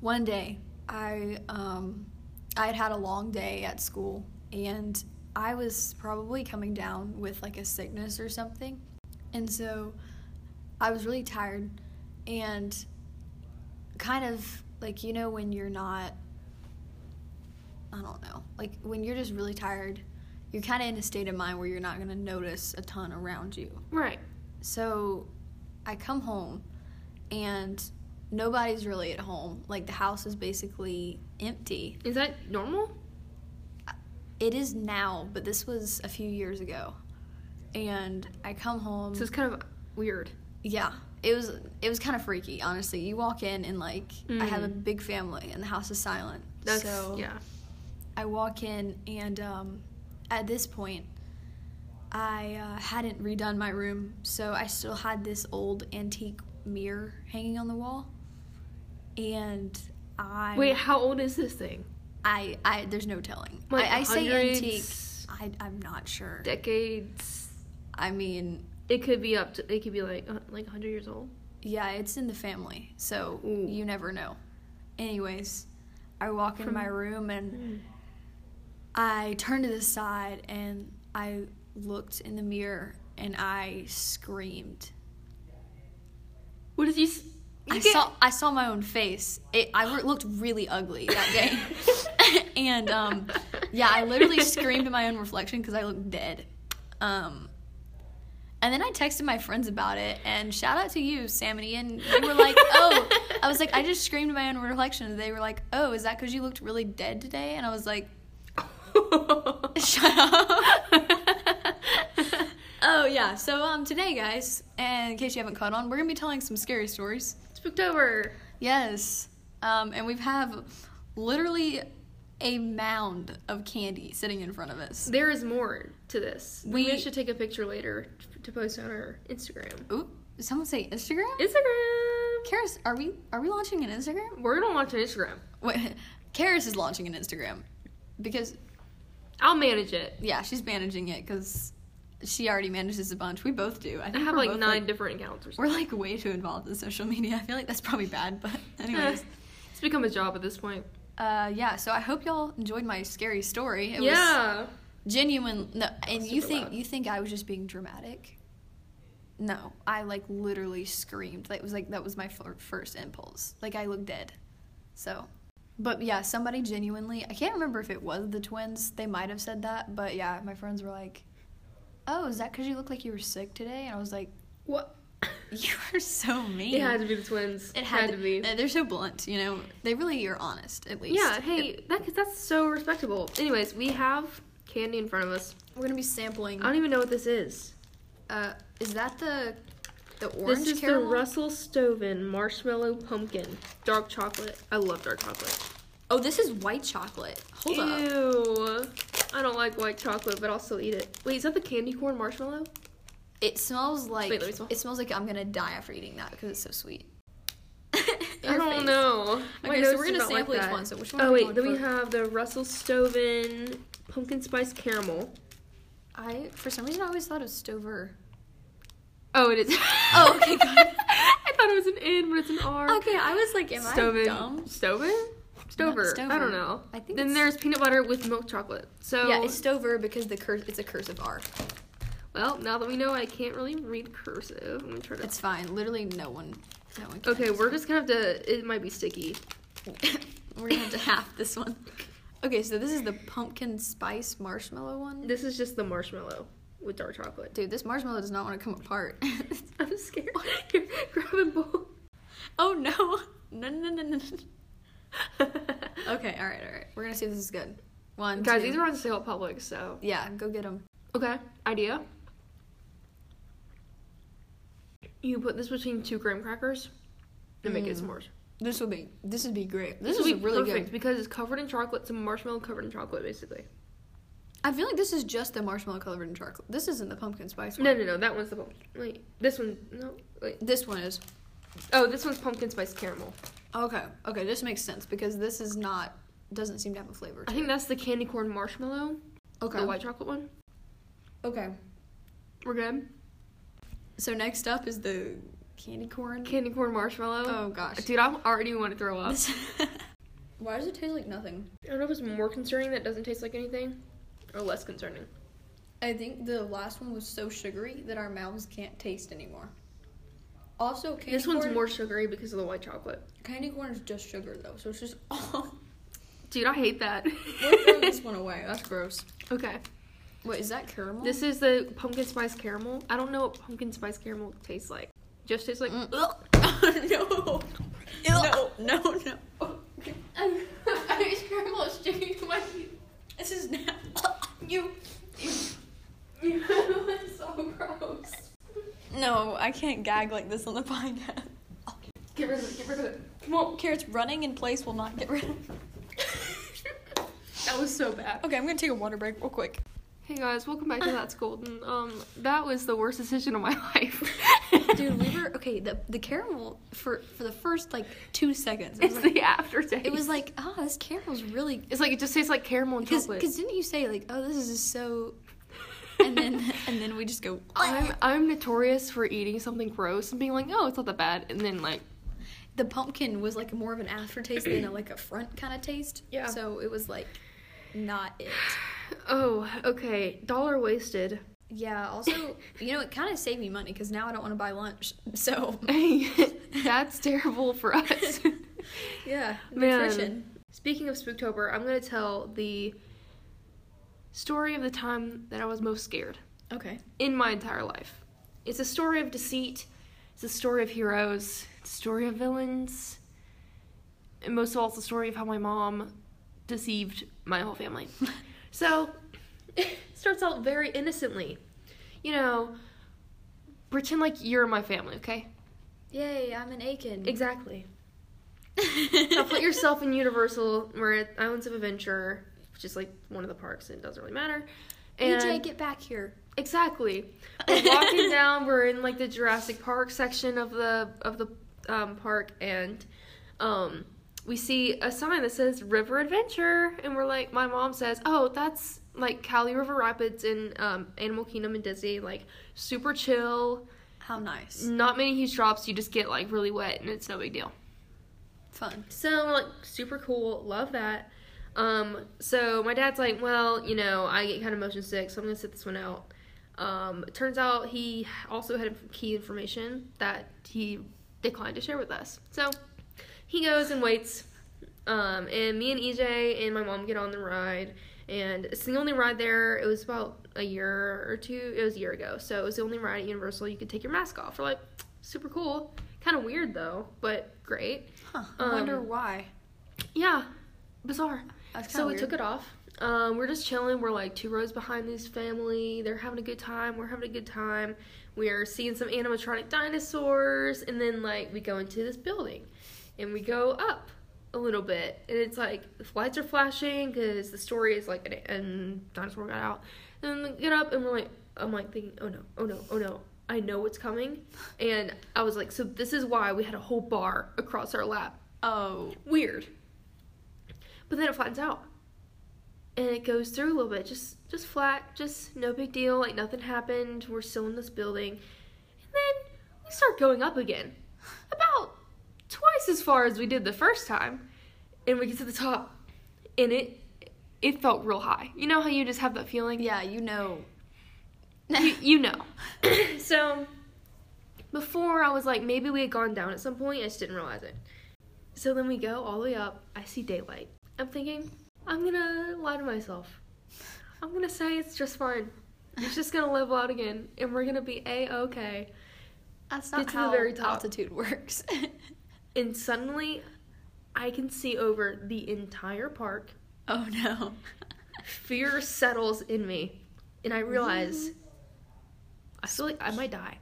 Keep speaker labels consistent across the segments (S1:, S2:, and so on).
S1: One day, I um, I had had a long day at school, and I was probably coming down with like a sickness or something, and so I was really tired, and kind of like you know when you're not. I don't know. Like when you're just really tired, you're kind of in a state of mind where you're not going to notice a ton around you.
S2: Right.
S1: So I come home and nobody's really at home. Like the house is basically empty.
S2: Is that normal?
S1: It is now, but this was a few years ago. And I come home.
S2: So it's kind of weird.
S1: yeah, it was it was kind of freaky, honestly. You walk in and like I have a
S2: Mm.
S1: big family and the house is silent.
S2: That's
S1: so
S2: yeah.
S1: I walk in, and um, at this point, I uh, hadn't redone my room, so I still had this old antique mirror hanging on the wall. And I
S2: Wait, how old is this thing?
S1: I, I there's no telling.
S2: Like
S1: I, I say antique.
S2: hundreds?
S1: I, I'm not sure.
S2: Decades.
S1: I mean,
S2: It could be up to. It could be like uh, like 100 years old.
S1: yeah, it's in the family, so
S2: Ooh.
S1: you never know. Anyways, I walk in
S2: From- Hmm.
S1: my room and. I turned to the side and I looked in the mirror and I screamed.
S2: What did you? s- you
S1: I
S2: get-
S1: saw I saw my own face. It, I re- looked really ugly that day, and um, yeah, I literally screamed at my own reflection because I looked dead. Um, and then I texted my friends about it, and shout out to you, Sam and Ian. They were like, "Oh," I was like, "I just screamed at my own reflection." They were like, "Oh, is that because you looked really dead today?" And I was like, "Shut up." Oh yeah, so um today guys, and in case you haven't caught on, we're gonna be telling some scary stories.
S2: Spooked over.
S1: Yes, um, and we have literally a mound of candy sitting in front of us.
S2: There is more to this. We,
S1: We-
S2: should take a picture later to post on our Instagram.
S1: Ooh, did someone say Instagram?
S2: Instagram.
S1: Karis, are we are we launching an Instagram?
S2: We're gonna launch an Instagram.
S1: Wait, Karis is launching an Instagram because
S2: I'll manage it.
S1: yeah, she's managing it because she already manages a bunch. We both do. I
S2: I
S1: think
S2: have
S1: we're
S2: like
S1: both,
S2: nine different accounts or something.
S1: we're like way too involved in social media. I feel like that's probably bad, but anyways.
S2: Eh, It's become a job at this point.
S1: Uh, yeah, so I hope y'all enjoyed my scary story. It
S2: yeah.
S1: was genuine. No, and you
S2: super
S1: think
S2: loud.
S1: you think I was just being dramatic? No, I like literally screamed. That was like that was my fir- first impulse. Like I looked dead. So, but yeah, somebody genuinely. I can't remember if it was the twins. They might have said that, but yeah, my friends were like, "Oh, is that because you look like you were sick today?" And I was like,
S2: What?
S1: "You are so mean."
S2: It had to be the twins.
S1: It had,
S2: to be.
S1: uh, They're so blunt, you know. They really are honest, at least.
S2: Yeah. Hey, that, 'cause that's so respectable. Anyways, we have candy in front of us.
S1: We're gonna be sampling.
S2: I don't even know what this is.
S1: Uh, is that the the orange
S2: this is
S1: caramel?
S2: the Russell Stoven marshmallow pumpkin dark chocolate. I love dark chocolate.
S1: oh, this is white chocolate. Hold up.
S2: Ew. I don't like white chocolate, but I'll still eat it. Wait, is that the candy corn marshmallow?
S1: It smells like
S2: Wait, let me smell.
S1: it smells like I'm gonna die after eating that because it's so sweet.
S2: I
S1: Your
S2: don't
S1: face.
S2: know. My
S1: Okay,
S2: nose
S1: so we're
S2: is
S1: gonna
S2: about like
S1: sample each
S2: that.
S1: one. So which one?
S2: Oh
S1: are we
S2: wait,
S1: going
S2: then we
S1: for?
S2: have the Russell Stoven pumpkin spice caramel.
S1: I for some reason I always thought of Stover.
S2: Oh, it is.
S1: Oh, okay, got it.
S2: I thought it was an N, but it's an R.
S1: Okay, I was like, am I dumb?
S2: Stoven? Stover. I
S1: Stover.
S2: don't know.
S1: I think
S2: then
S1: it's-
S2: there's peanut butter with milk chocolate. So
S1: Yeah, it's Stover because the curse it's a cursive R.
S2: well, now that we know I can't really read cursive, I'm gonna try to.
S1: It's fine. Literally, no one, no one. Can
S2: okay, we're just gonna have to. It might be sticky.
S1: we're gonna have to half this one. Okay, so this is the pumpkin spice marshmallow one.
S2: This is just the marshmallow with dark chocolate.
S1: Dude, this marshmallow does not want to come apart.
S2: I'm scared. Here, grab a bowl.
S1: oh no. No, no, no, no, no. Okay, all right, all right. We're gonna see if this is good. One,
S2: Guys,
S1: two-
S2: these are on sale at Publix, so
S1: Yeah, go get them.
S2: okay. Idea. You put this between two graham crackers and make it s'mores.
S1: This would be. This would be great. This,
S2: would
S1: is
S2: be
S1: really
S2: perfect
S1: good.
S2: because it's covered in chocolate. It's a marshmallow covered in chocolate, basically.
S1: I feel like this is just the marshmallow covered in chocolate. This isn't the pumpkin spice one.
S2: No, no, no. That one's the pumpkin. Wait, this one. No, wait.
S1: This one is.
S2: Oh, this one's pumpkin spice caramel.
S1: Okay, okay. This makes sense because this is not. Doesn't seem to have a flavor.
S2: I
S1: To it.
S2: think that's the candy corn marshmallow,
S1: Okay.
S2: the white chocolate one.
S1: Okay.
S2: We're good.
S1: So next up is the Candy corn.
S2: Candy corn marshmallow.
S1: Oh, gosh.
S2: Dude, I already want to throw up.
S1: Why does it taste like nothing?
S2: I don't know if it's more concerning that it doesn't taste like anything or less concerning.
S1: I think the last one was so sugary that our mouths can't taste anymore. Also, candy
S2: this one's
S1: corn,
S2: more sugary because of the white chocolate.
S1: Candy corn is just sugar though, so it's just oh.
S2: Dude, I hate that.
S1: We're throwing this one away. That's gross.
S2: okay.
S1: Wait, is that caramel?
S2: This is the pumpkin spice caramel. I don't know what pumpkin spice caramel tastes like. Just tastes like
S1: Mm.
S2: ugh.
S1: no. No, no, no.
S2: Irish caramel is sticking to my
S1: This is now. you.
S2: It's so gross.
S1: No, I can't gag like this on the podcast.
S2: Get rid of it, get rid of it. Come
S1: Well,
S2: on.
S1: carrots running in place will not get rid of.
S2: That was so bad.
S1: Okay, I'm gonna take a water break real quick.
S2: Hey guys, welcome
S1: Uh.
S2: back to That's Golden. Um, that was the worst decision of my life.
S1: Dude, we were okay. The the caramel for for the first like two seconds. It was
S2: It's
S1: like,
S2: the aftertaste.
S1: it was like ah, this caramel's really
S2: It's like it just tastes like caramel and
S1: because
S2: chocolate.
S1: because didn't you say like oh this is just so and then and then we just go "Oh,
S2: I'm I'm notorious for eating something gross and being like, oh, it's not that bad, and then like,
S1: the pumpkin was like more of an aftertaste than a, like a front kind of taste.
S2: Yeah.
S1: So it was like not it.
S2: oh, okay, dollar wasted.
S1: Yeah. Also, you know, it kind of saved me money because now I don't want to buy lunch. So
S2: That's terrible for us.
S1: yeah,
S2: Man.
S1: nutrition.
S2: Speaking of Spooktober, I'm gonna tell the story of the time that I was most scared.
S1: Okay.
S2: in my entire life. It's a story of deceit, it's a story of heroes, it's a story of villains, and most of all, it's a story of how my mom deceived my whole family. so, it starts out very innocently. You know, pretend like you're my family, okay?
S1: Yay! I'm an Aiken.
S2: Exactly. now put yourself in Universal, we're at Islands of Adventure, which is like one of the parks, and it doesn't really matter. And
S1: EJ, get back here.
S2: Exactly. We're walking down. We're in like the Jurassic Park section of the of the um, park, and um, we see a sign that says River Adventure, and we're like, my mom says, "Oh, that's like Cali River Rapids in um, Animal Kingdom and Disney, like super chill,
S1: How nice.
S2: not many huge drops. You just get like really wet, and it's no big deal."
S1: Fun.
S2: So we're like super cool, love that. Um, so my dad's like, well, you know, I get kind of motion sick, so I'm gonna sit this one out. Um, it turns out he also had key information that he declined to share with us. So he goes and waits, um, and me and EJ and my mom get on the ride, and it's the only ride there. It was about a year or two. It was a year ago, so it was the only ride at Universal you could take your mask off. We're like, super cool, kind of weird though, but great.
S1: Huh. I wonder
S2: Um,
S1: why.
S2: Yeah, bizarre.
S1: That's
S2: So we took it off. Um, we're just chilling. We're like two rows behind this family. They're having a good time. We're having a good time. We're seeing some animatronic dinosaurs, and then like we go into this building, and we go up a little bit, and it's like the lights are flashing because the story is like an, an dinosaur got out, and then we get up, and we're like, I'm like thinking, oh no, oh no, oh no. I know what's coming, and I was like, so this is why we had a whole bar across our lap
S1: Oh.
S2: weird. But then it flattens out. And it goes through a little bit, just just flat, just no big deal, like nothing happened. We're still in this building. And then we start going up again. About twice as far as we did the first time. And we get to the top. And it it felt real high. You know how you just have that feeling?
S1: Yeah, you know.
S2: you, you know. so before I was like, maybe we had gone down at some point. I just didn't realize it. So then we go all the way up. I see daylight. I'm thinking, I'm gonna lie to myself. I'm gonna say it's just fine. It's just gonna level out again, and we're gonna be a okay.
S1: That's not
S2: Get to the
S1: how
S2: very top.
S1: altitude works.
S2: And suddenly, I can see over the entire park.
S1: oh no.
S2: Fear settles in me, and I realize I feel like I might die.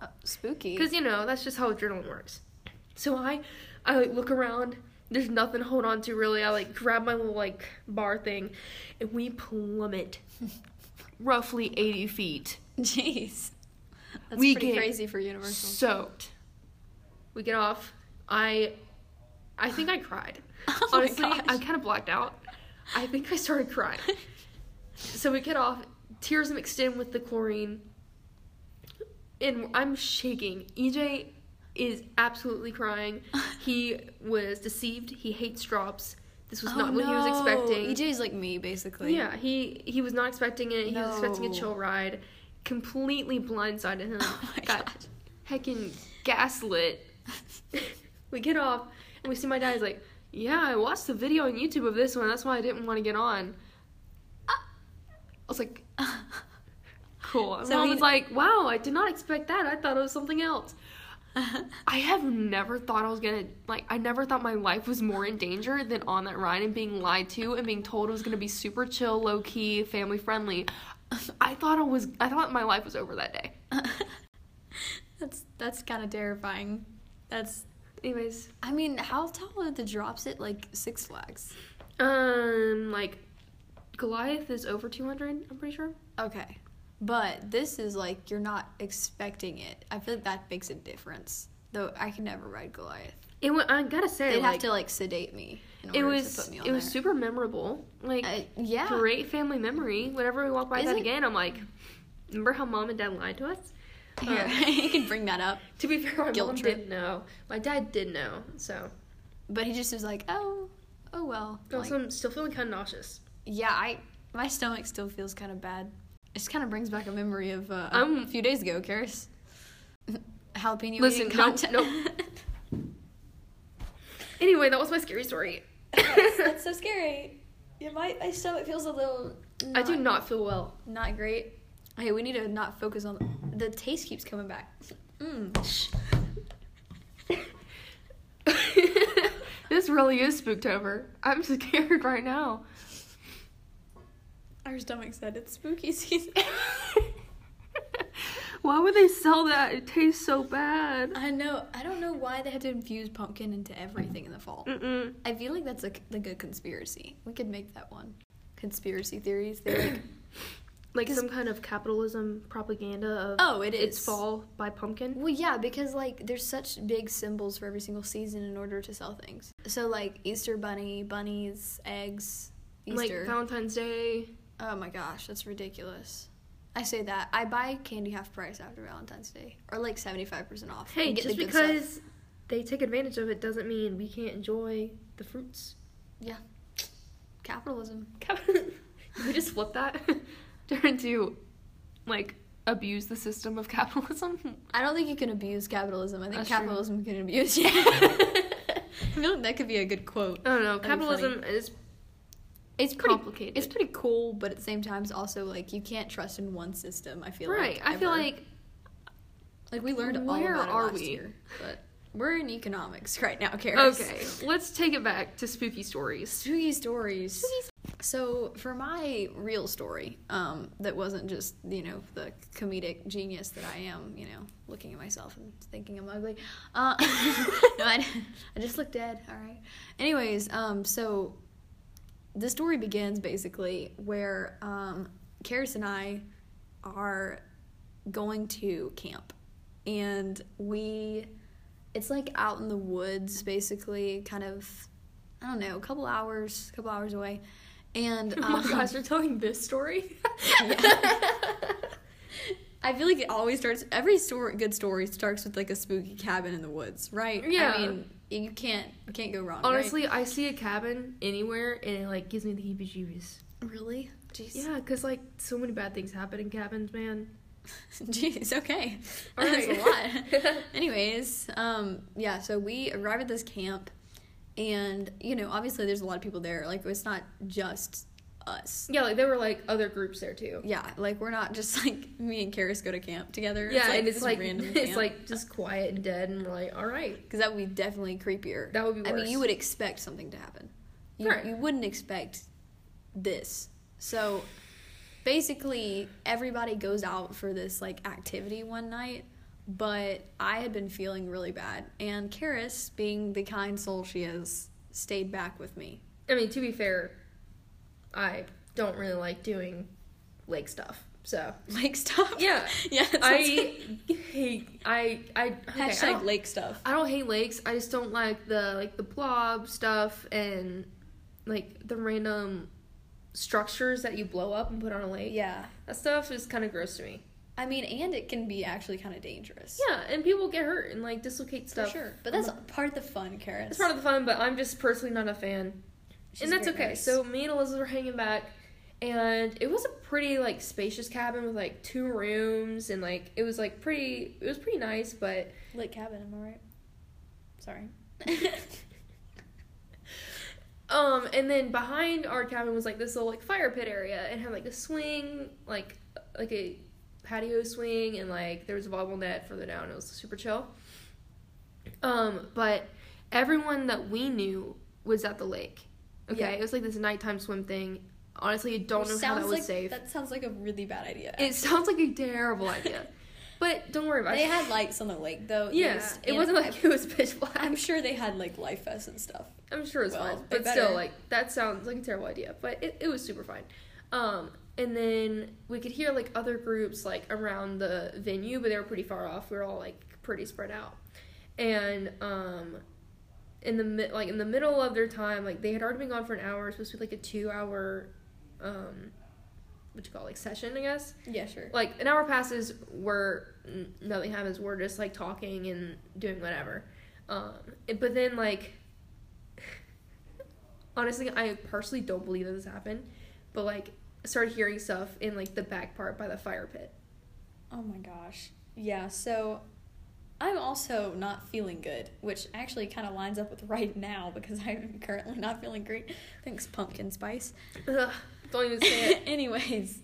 S1: Uh, spooky.
S2: because you know that's just how adrenaline works. So I, I like, look around. There's nothing to hold on to really. I like grab my little like bar thing, and we plummet, roughly 80 feet,
S1: Jeez. That's
S2: We
S1: pretty
S2: get
S1: crazy for Universal.
S2: soaked. We get off. I, I think I cried.
S1: Oh my
S2: Honestly,
S1: gosh.
S2: I kind of blacked out. I think I started crying. so we get off. Tears mixed in with the chlorine. and I'm shaking. EJ is absolutely crying. He was deceived. He hates drops. This was
S1: Oh,
S2: not what he was
S1: no. E
S2: expecting.
S1: EJ's like me, basically.
S2: Yeah, he he was not expecting it. He was expecting a
S1: No.
S2: chill ride. Completely blindsided him.
S1: Oh my
S2: Got
S1: God.
S2: heckin' gaslit. we get off and we see my dad. He's like, "Yeah, I watched the video on YouTube of this one. That's why I didn't want to get on."
S1: Uh,
S2: I was like, "Cool." And
S1: So
S2: Mom
S1: he-
S2: was like, "Wow, I did not expect that. I thought it was something else." I have never thought I was gonna like. I never thought my life was more in danger than on that ride and being lied to and being told it was gonna be super chill, low key, family friendly. I thought I was. I thought my life was over that day.
S1: that's that's kind of terrifying. That's.
S2: Anyways,
S1: I mean, how tall are the drops at like Six Flags?
S2: um, like Goliath is over two hundred. I'm pretty sure.
S1: Okay, but this is like you're not expecting it. I feel like that makes a difference. Though I can never ride Goliath.
S2: It. wa- I gotta say,
S1: They'd
S2: like,
S1: have to like sedate me. In
S2: it
S1: order
S2: was.
S1: To put me on
S2: it was
S1: there.
S2: super memorable. Like,
S1: Uh, yeah.
S2: great family memory. Whenever we walk by
S1: Is
S2: that
S1: it-
S2: again, I'm like, remember how mom and dad lied to us?
S1: Here, you can bring that up.
S2: To be fair, my
S1: Guilt
S2: mom
S1: trip.
S2: did know. My dad did know. So
S1: But he just was like, oh, oh well. Like,
S2: also, I'm still feeling kind of nauseous.
S1: yeah, I my stomach still feels kind of bad. It just kind of brings back a memory of uh, a
S2: I'm-
S1: few days ago, Karis. Jalapeno.
S2: Um, Listen,
S1: eating
S2: nope,
S1: contest.
S2: nope. Anyway, that was my scary story.
S1: That's so scary. Yeah, my, my stomach feels a little.
S2: I do not feel well.
S1: Not great. Hey, we need to not focus on the taste keeps coming back. Mm.
S2: this really is spooktober. I'm scared right now.
S1: Our stomach said it's spooky season.
S2: Why would they sell that? It tastes so bad.
S1: I know. I don't know why they had to infuse pumpkin into everything in the fall.
S2: Mm-mm.
S1: I feel like that's a, like a conspiracy. We could make that one. Conspiracy theories. They're like,
S2: Like
S1: Because-
S2: some kind of capitalism propaganda of
S1: oh, it is
S2: it's fall by pumpkin.
S1: Well, yeah, because like there's such big symbols for every single season in order to sell things. So like Easter bunny, bunnies, eggs, Easter.
S2: Like Valentine's Day.
S1: oh my gosh, that's ridiculous. I say that I buy candy half price after Valentine's Day, or like seventy five percent off. and
S2: Hey,
S1: get
S2: just
S1: the good stuff.
S2: because they take advantage of it doesn't mean we can't enjoy the fruits.
S1: yeah, capitalism.
S2: Can we just flip that into like abuse the system of capitalism?
S1: I don't think you can abuse capitalism. I think
S2: That's true.
S1: capitalism can abuse you. I feel like that could be a good quote.
S2: I don't know.
S1: That'd be funny.
S2: Capitalism is
S1: It's pretty
S2: complicated.
S1: It's pretty cool, but at the same time, it's also like you can't trust in one system. I feel
S2: right.
S1: like
S2: I feel
S1: ever.
S2: like
S1: like we learned
S2: where
S1: all about
S2: are
S1: it last
S2: we?
S1: year, but we're in economics right now, Karis.
S2: okay. Let's take it back to spooky stories.
S1: spooky stories. So for my real story, um, that wasn't just you know the comedic genius that I am, you know, looking at myself and thinking I'm ugly. Uh, no, I, I just look dead. All right. Anyways, um, so the story begins basically where um, Karis and I are going to camp, and we it's like out in the woods basically, kind of I don't know, a couple hours, a couple hours away, and
S2: Oh my
S1: um,
S2: gosh, you're telling this story?
S1: I feel like it always starts. Every story, good story, starts with like a spooky cabin in the woods, right?
S2: Yeah.
S1: I mean, you can't you can't go wrong. right?
S2: Honestly, I see a cabin anywhere and it like gives me the heebie-jeebies.
S1: really, jeez,
S2: Yeah, cuz like so many bad things happen in cabins, man.
S1: jeez, okay,
S2: All
S1: that's a
S2: right.
S1: lot. Anyways, um, yeah, so we arrive at this camp, and you know, obviously, there's a lot of people there. Like, it's not just us.
S2: Yeah, like there were like other groups there too.
S1: Yeah, like we're not just like me and Karis go to camp together.
S2: Yeah, and it's
S1: this
S2: like
S1: random
S2: it's
S1: camp.
S2: like just quiet and dead, and we're like, all right,
S1: Because that would be definitely creepier.
S2: That would be
S1: I mean,
S2: worse.
S1: you would expect something to happen. You,
S2: Right.
S1: you wouldn't expect this. So basically, everybody goes out for this like activity one night, but I had been feeling really bad, and Karis, being the kind soul she is, stayed back with me.
S2: I mean, to be fair, I don't really like doing lake stuff. So
S1: Lake stuff.
S2: Yeah.
S1: yeah. that's
S2: I hate I I okay,
S1: what- hashtag
S2: I, don't,
S1: lake stuff.
S2: I don't hate lakes. I just don't like the like the blob stuff and like the random structures that you blow up and put on a lake.
S1: Yeah.
S2: That stuff is kind of gross to me.
S1: I mean, and it can be actually kind of dangerous.
S2: Yeah, and people get hurt and like dislocate
S1: For
S2: stuff.
S1: sure. But that's
S2: I'm
S1: part of the fun, Karen.
S2: a- it's part of the fun. But I'm just personally not a fan,
S1: She's
S2: and that's
S1: very
S2: okay.
S1: nice.
S2: So me and Elizabeth were hanging back, and it was a pretty like spacious cabin with like two rooms, and like it was like pretty. It was pretty nice, but
S1: Lit cabin, am I right? Sorry.
S2: Um, and then behind our cabin was like this little like fire pit area and had like a swing, like like a patio swing, and like there was a volleyball net further down. It was super chill. Um, but everyone that we knew was at the lake. Okay,
S1: Yeah.
S2: it was like this nighttime swim thing. Honestly, I don't know how
S1: Sounds
S2: that was
S1: like,
S2: safe.
S1: That sounds like a really bad idea.
S2: It sounds like a terrible idea, but don't worry about
S1: they
S2: it.
S1: had lights on the lake though. They
S2: yeah,
S1: just-
S2: it
S1: and
S2: wasn't like it was pitch black.
S1: I'm sure they had like life vests and stuff.
S2: I'm sure it's
S1: Well,
S2: fine,
S1: they
S2: but
S1: better.
S2: still, like that sounds like a terrible idea. But it, it was super fine. Um, and then we could hear like other groups like around the venue, but they were pretty far off. We were all like pretty spread out, and um, in the mi- like in the middle of their time, like they had already been gone for an hour. It was supposed to be like a two hour, um, what you call it, like session, I guess
S1: Yeah, sure.
S2: like an hour passes where n- nothing happens we're just like talking and doing whatever um it- but then like honestly i personally don't believe that this happened but like I started hearing stuff in like the back part by the fire pit
S1: Oh my gosh. Yeah, so I'm also not feeling good, which actually kind of lines up with right now because I'm currently not feeling great. Thanks, pumpkin spice.
S2: Ugh, don't even say it
S1: Anyways,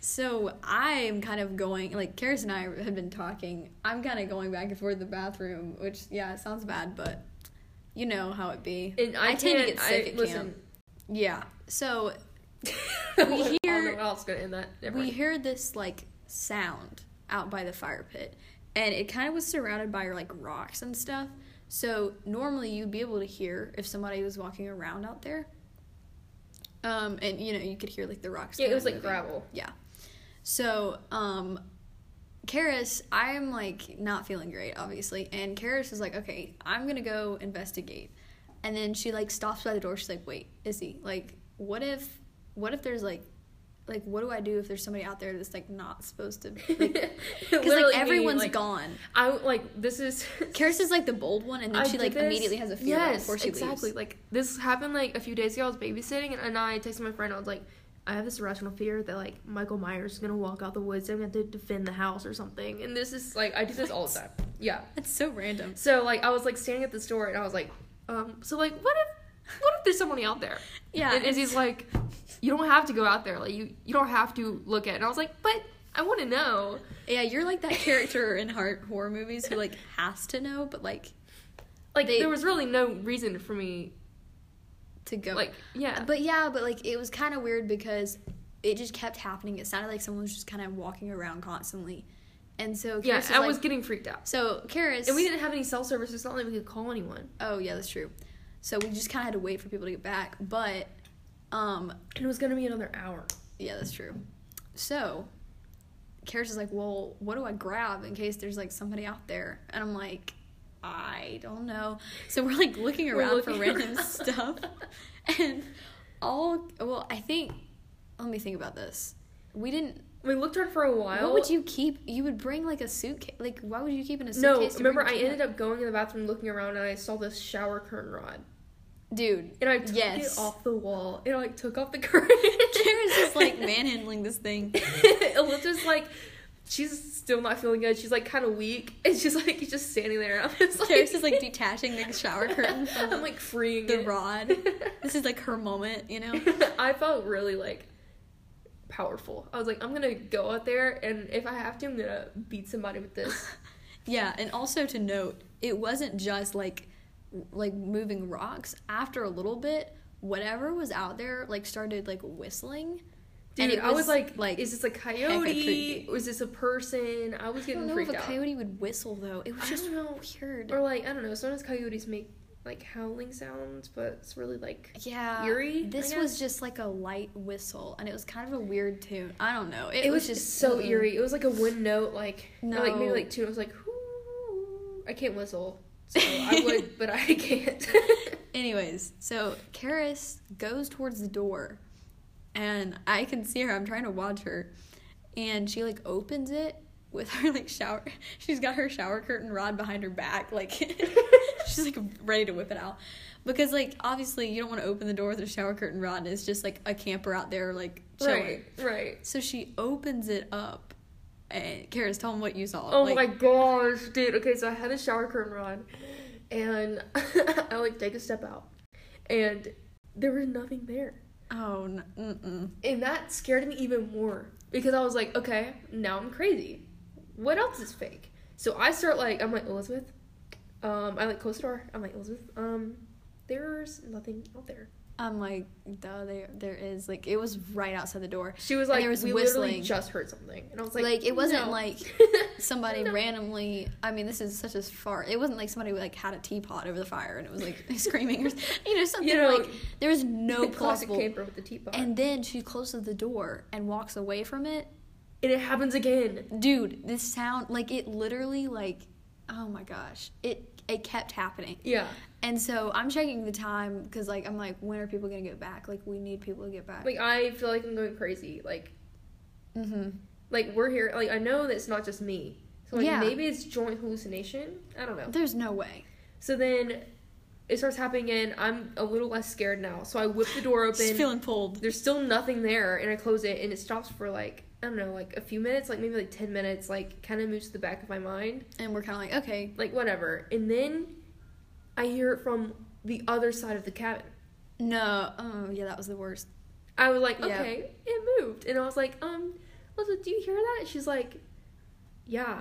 S1: so I'm kind of going, like, Karis and I have been talking. I'm kind of going back and forth to the bathroom, which, yeah, it sounds bad, but you know how it be.
S2: and
S1: I
S2: i, can't
S1: tend to get sick
S2: I,
S1: at
S2: listen
S1: yeah, so
S2: we i don't
S1: hear-
S2: know how it's gonna end that Never
S1: we
S2: mind.
S1: hear this like sound out by the fire pit and it kind of was surrounded by like rocks and stuff so normally you'd be able to hear if somebody was walking around out there um and you know you could hear like the rocks
S2: yeah it
S1: kinda
S2: was like
S1: moving.
S2: gravel
S1: yeah so um Karis, I'm like not feeling great, obviously. And Karis is like, okay, I'm gonna go investigate. And then she like stops by the door. She's like, wait, Izzy, like, what if, what if there's like, like, what do I do if there's somebody out there that's like not supposed to, like, because
S2: Literally
S1: like
S2: me,
S1: everyone's
S2: like,
S1: gone.
S2: i like this is
S1: Karis is like the bold one, and then
S2: I
S1: she
S2: did
S1: like
S2: this-
S1: immediately has a fear before she
S2: exactly.
S1: leaves.
S2: Like this happened like a few days ago. I was babysitting and, and I texted my friend. I was like, I have this irrational fear that like Michael Myers is gonna walk out the woods and I'm gonna have to defend the house or something. And this is like I do this all the time. Yeah.
S1: That's so random.
S2: So like I was like standing at this door and I was like, um. So like what if what if there's somebody out there?
S1: Yeah,
S2: And Izzy's like, you don't have to go out there. Like you you don't have to look at. It. And I was like, but I want to know.
S1: yeah, you're like that character in hor- horror movies who like has to know, but like
S2: Like
S1: They-
S2: there was really no reason for me.
S1: to go.
S2: Like yeah.
S1: But yeah, but like it was kind of weird because it just kept happening. It sounded like someone was just kind of walking around constantly, and so Karis
S2: yeah,
S1: was
S2: I
S1: like-
S2: was getting freaked out.
S1: so Karis.
S2: And we didn't have any cell service. It's not like we could call anyone.
S1: oh yeah, that's true. So we just kind of had to wait for people to get back, but um,
S2: And it was gonna be another hour.
S1: yeah, that's true. So Karis is like, well, what do I grab in case there's like somebody out there? And I'm like, I don't know. So we're like looking
S2: We're
S1: around for
S2: looking
S1: random
S2: around.
S1: stuff, and all well, I think. Let me think about this. We didn't
S2: We looked around for a while.
S1: What would you keep? You would bring like a suitcase. Like, why would you keep in a
S2: No,
S1: suitcase?
S2: remember I ended up going in the bathroom, looking around, and I saw this shower curtain rod,
S1: Dude,
S2: and I took
S1: Yes.
S2: it off the wall, and I like took off the curtain.
S1: Karen's just like manhandling this thing.
S2: Elizabeth's like, she's still not feeling good. She's like kind of weak, and she's like just standing there. I'm just like,
S1: Karen's just like detaching the shower curtain from
S2: I'm like freeing
S1: the
S2: it.
S1: rod. This is like her moment, you know.
S2: I felt really like powerful. I was like, I'm gonna go out there, and if I have to, I'm gonna beat somebody with this.
S1: Yeah, and also to note, it wasn't just like like moving rocks. After a little bit, whatever was out there like started like whistling.
S2: Dude,
S1: it
S2: I was like,
S1: like,
S2: is this a
S1: creepy.
S2: coyote? Was this a person? I was
S1: I don't
S2: getting
S1: know if
S2: freaked
S1: a
S2: out.
S1: coyote would whistle though. It was
S2: I
S1: just
S2: don't know.
S1: weird.
S2: Or like, I don't know. Sometimes coyotes make like howling sounds, but it's really like
S1: yeah
S2: eerie, I
S1: this was just like a light whistle and it was kind of a weird tune i don't know it,
S2: it, was, just so
S1: mm.
S2: eerie. It was like a one note, like or, like maybe
S1: No.
S2: like two. It was like, I can't whistle, so I would, but I can't.
S1: anyways so Karis goes towards the door and i can see her i'm trying to watch her and she like opens it with her like shower she's got her shower curtain rod behind her back like she's like ready to whip it out because like obviously you don't want to open the door with a shower curtain rod and it's just like a camper out there like chilling.
S2: Right, right.
S1: so she opens it up and Kara's tell him what you saw
S2: Oh
S1: like,
S2: my gosh, dude. Okay, so I had a shower curtain rod, and I like take a step out, and there was nothing there,
S1: oh n- mm-mm.
S2: and that scared me even more because I was like, okay, now I'm crazy. What else is fake? So I start like, I'm like Elizabeth, um, I like close the door. I'm like Elizabeth, um, there's nothing out there.
S1: I'm like duh there there is like it was right outside the door
S2: She was
S1: And
S2: like,
S1: there was
S2: we literally
S1: whistling.
S2: just heard something, and I was like,
S1: like, it wasn't
S2: no.
S1: like somebody
S2: No.
S1: randomly i mean this is such a far it wasn't like somebody like had a teapot over the fire and it was like screaming or you know something
S2: know,
S1: like there was no
S2: classic
S1: possible
S2: camper with the teapot,
S1: and then she closes the door and walks away from it
S2: and it happens again.
S1: dude this sound like it literally like oh my gosh it it kept happening
S2: Yeah.
S1: and so i'm checking the time because like i'm like when are people gonna get back like we need people to get back
S2: Like I feel like I'm going crazy. Like
S1: mm-hmm.
S2: like we're here. Like I know that it's not just me. So like
S1: Yeah.
S2: maybe it's joint hallucination. I don't know.
S1: there's no way
S2: So then it starts happening and I'm a little less scared now. So I whip the door
S1: Just
S2: open.
S1: feeling pulled
S2: There's still nothing there and I close it and it stops for like I don't know, like a few minutes, like maybe like 10 minutes, like kind of moves to the back of my mind,
S1: and we're kind of like okay
S2: like whatever. And then I hear it from the other side of the cabin.
S1: no oh yeah that was the worst
S2: I was like,
S1: Yeah.
S2: okay, it moved. And I was like, um, Elizabeth, do you hear that? She's like, yeah.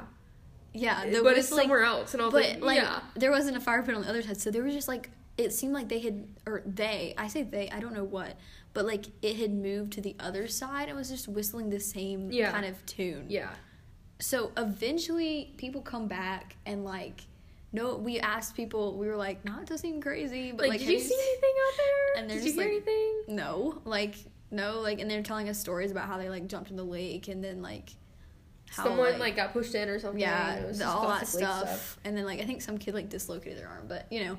S1: Yeah,
S2: But
S1: there was
S2: it's
S1: like,
S2: somewhere else. And I Uh, was
S1: but
S2: like,
S1: like,
S2: yeah.
S1: there wasn't a fire pit on the other side, so there was just like it seemed like they had or they I say they I don't know what, but like it had moved to the other side and was just whistling the same
S2: Yeah.
S1: kind of tune.
S2: Yeah.
S1: So eventually, people come back and like, no, we asked people. We were like, not does seem crazy, but
S2: Like,
S1: like,
S2: did
S1: have
S2: you see anything out there?
S1: And they're
S2: did you
S1: just
S2: hear
S1: like-
S2: anything?
S1: No, like no, like and they're telling us stories about how they like jumped in the lake and then like how
S2: Someone like, got pushed in or something. and
S1: yeah,
S2: it was
S1: the-
S2: just
S1: all that
S2: classic lake
S1: stuff. And then like I think some kid like dislocated their arm, but you know,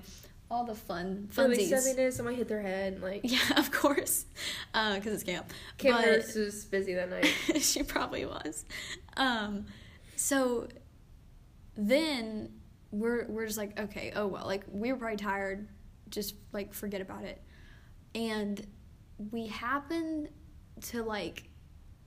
S1: all the fun
S2: Or, like,
S1: funsies.
S2: seven someone hit their head. and, Like,
S1: yeah, of course, because it's camp.
S2: Kim
S1: But-
S2: Nurse was busy that night.
S1: she probably was. Um, so then we're we're just like okay, oh well, like we were probably tired, just like forget about it. And we happened to like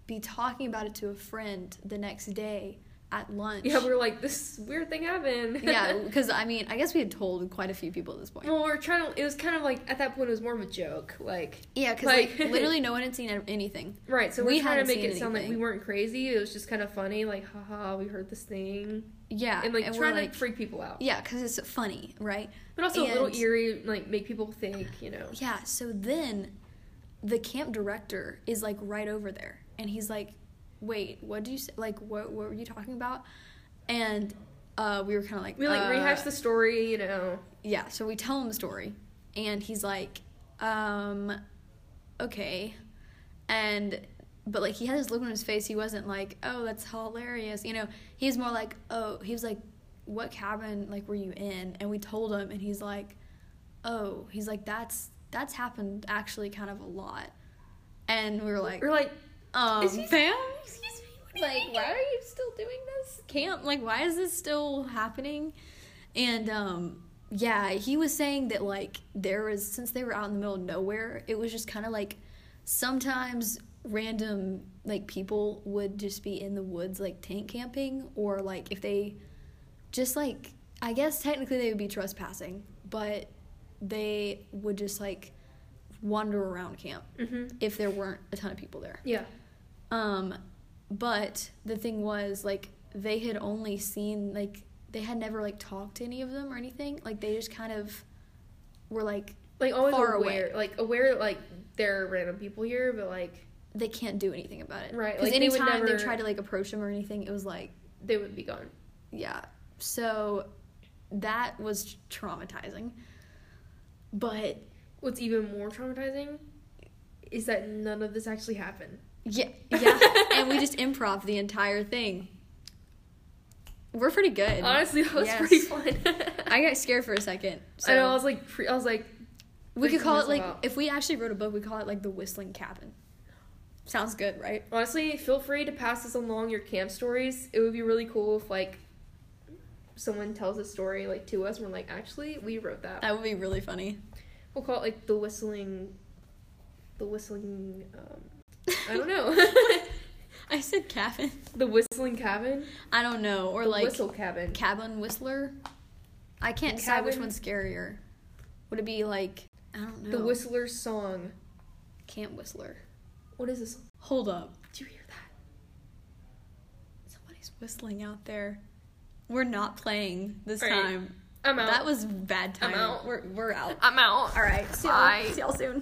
S1: be talking about it to a friend the next day at lunch.
S2: yeah, we were like, this weird thing happened.
S1: yeah, because I mean, I guess we had told quite a few people at this point.
S2: well, we are trying to, it was kind of like, at that point, it was more of a joke. Like,
S1: Yeah, because
S2: Like-
S1: like, literally no one had seen anything.
S2: right, so
S1: We
S2: we are trying to
S1: hadn't
S2: make it
S1: seen
S2: sound like we
S1: anything.
S2: weren't crazy. It was just kind of funny. Like, haha, we heard this thing.
S1: Yeah,
S2: and like
S1: we're
S2: trying
S1: like,
S2: to freak people out,
S1: yeah, because it's funny, right?
S2: but also a little
S1: and-
S2: eerie, like make people think, you know.
S1: Yeah. So then, the camp director is like right over there, and he's like, "Wait, what do you say? Like, what what were you talking about?" And uh, we were kind of like,
S2: We like
S1: uh,
S2: rehash the story, you know.
S1: yeah so we tell him the story and he's like um okay and but like he had this look on his face he wasn't like oh that's hilarious you know he was more like oh he was like what cabin like were you in and we told him and he's like oh he's like that's that's happened actually kind of a lot and we were like
S2: We're like,
S1: um
S2: "Is he-
S1: fam
S2: excuse me, what do you
S1: like
S2: mean?"
S1: why are you still doing this camp like why is this still happening and um yeah he was saying that like there was since they were out in the middle of nowhere it was just kind of like sometimes random like people would just be in the woods like tent camping or like if they just like i guess technically they would be trespassing but they would just like wander around camp
S2: Mhm.
S1: if there weren't a ton of people there
S2: Yeah,
S1: um, but the thing was, like, they had only seen, like, they had never, like, talked to any of them or anything. Like, they just kind of were like,
S2: like always
S1: Far
S2: aware, like aware, like there are random people here, but like
S1: they can't do anything about it.
S2: Right,
S1: Because
S2: like, they would
S1: anytime they,
S2: never-
S1: tried to, like, approach them or anything, it was like,
S2: they would be gone.
S1: yeah. So that was traumatizing. But,
S2: What's even more traumatizing is that none of this actually happened.
S1: yeah, yeah. and we just improv the entire thing. We're pretty good.
S2: Honestly, that was
S1: Yes.
S2: pretty fun. I,
S1: I got scared for a second. So.
S2: know. I was like, pre- I was like,
S1: We could
S2: freaking
S1: call it
S2: myself
S1: like
S2: out.
S1: if we actually wrote a book, we call it like the Whistling Cabin. Sounds good, right?
S2: Honestly, feel free to pass us along your camp stories. It would be really cool if like someone tells a story like to us and we're like, actually, we wrote that.
S1: That would be really funny.
S2: We'll call it like the whistling the whistling um I don't know.
S1: I said cabin.
S2: the whistling cabin
S1: I don't know. Or
S2: the
S1: like
S2: whistle cabin.
S1: cabin whistler. I can't decide which
S2: Cabin-
S1: one's scarier. Would it be like I don't know.
S2: The whistler's song.
S1: camp whistler.
S2: What is this?
S1: Hold up.
S2: Do you hear that?
S1: Somebody's whistling out there. We're not playing this
S2: All right.
S1: time.
S2: I'm out.
S1: That was bad
S2: I'm
S1: timing.
S2: out.
S1: We're we're out.
S2: I'm out.
S1: All right. See y'all.
S2: Bye.
S1: See y'all soon.